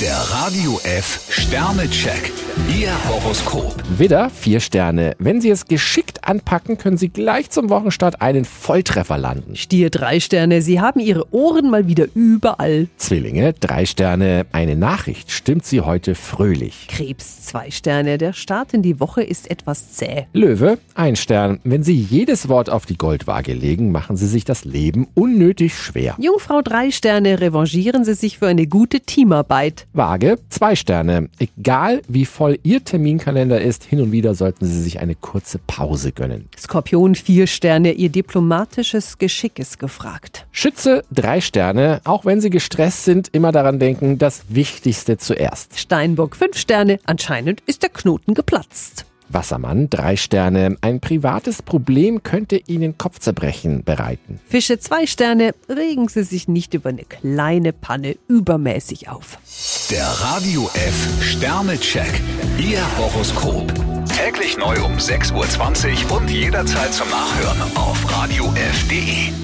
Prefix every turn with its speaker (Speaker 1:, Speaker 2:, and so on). Speaker 1: Der Radio F Sternecheck. Ihr Horoskop.
Speaker 2: Widder, vier Sterne. Wenn Sie es geschickt anpacken, können Sie gleich zum Wochenstart einen Volltreffer landen.
Speaker 3: Stier drei Sterne, Sie haben Ihre Ohren mal wieder überall.
Speaker 2: Zwillinge, drei Sterne. Eine Nachricht stimmt Sie heute fröhlich.
Speaker 3: Krebs zwei Sterne, der Start in die Woche ist etwas zäh.
Speaker 2: Löwe, ein Stern. Wenn Sie jedes Wort auf die Goldwaage legen, machen Sie sich das Leben unnötig schwer.
Speaker 3: Jungfrau drei Sterne, revanchieren Sie sich für eine gute Teamarbeit.
Speaker 2: Waage, zwei Sterne. Egal wie voll Ihr Terminkalender ist, hin und wieder sollten Sie sich eine kurze Pause gönnen.
Speaker 3: Skorpion vier Sterne, Ihr diplomatisches Geschick ist gefragt.
Speaker 2: Schütze, drei Sterne. Auch wenn Sie gestresst sind, immer daran denken, das Wichtigste zuerst.
Speaker 3: Steinbock fünf Sterne, anscheinend ist der Knoten geplatzt.
Speaker 2: Wassermann, drei Sterne. Ein privates Problem könnte Ihnen Kopfzerbrechen bereiten.
Speaker 3: Fische zwei Sterne, regen Sie sich nicht über eine kleine Panne übermäßig auf.
Speaker 1: Der Radio F Sternecheck. Ihr Horoskop. Täglich neu um 6.20 Uhr und jederzeit zum Nachhören auf Radio radiof.de.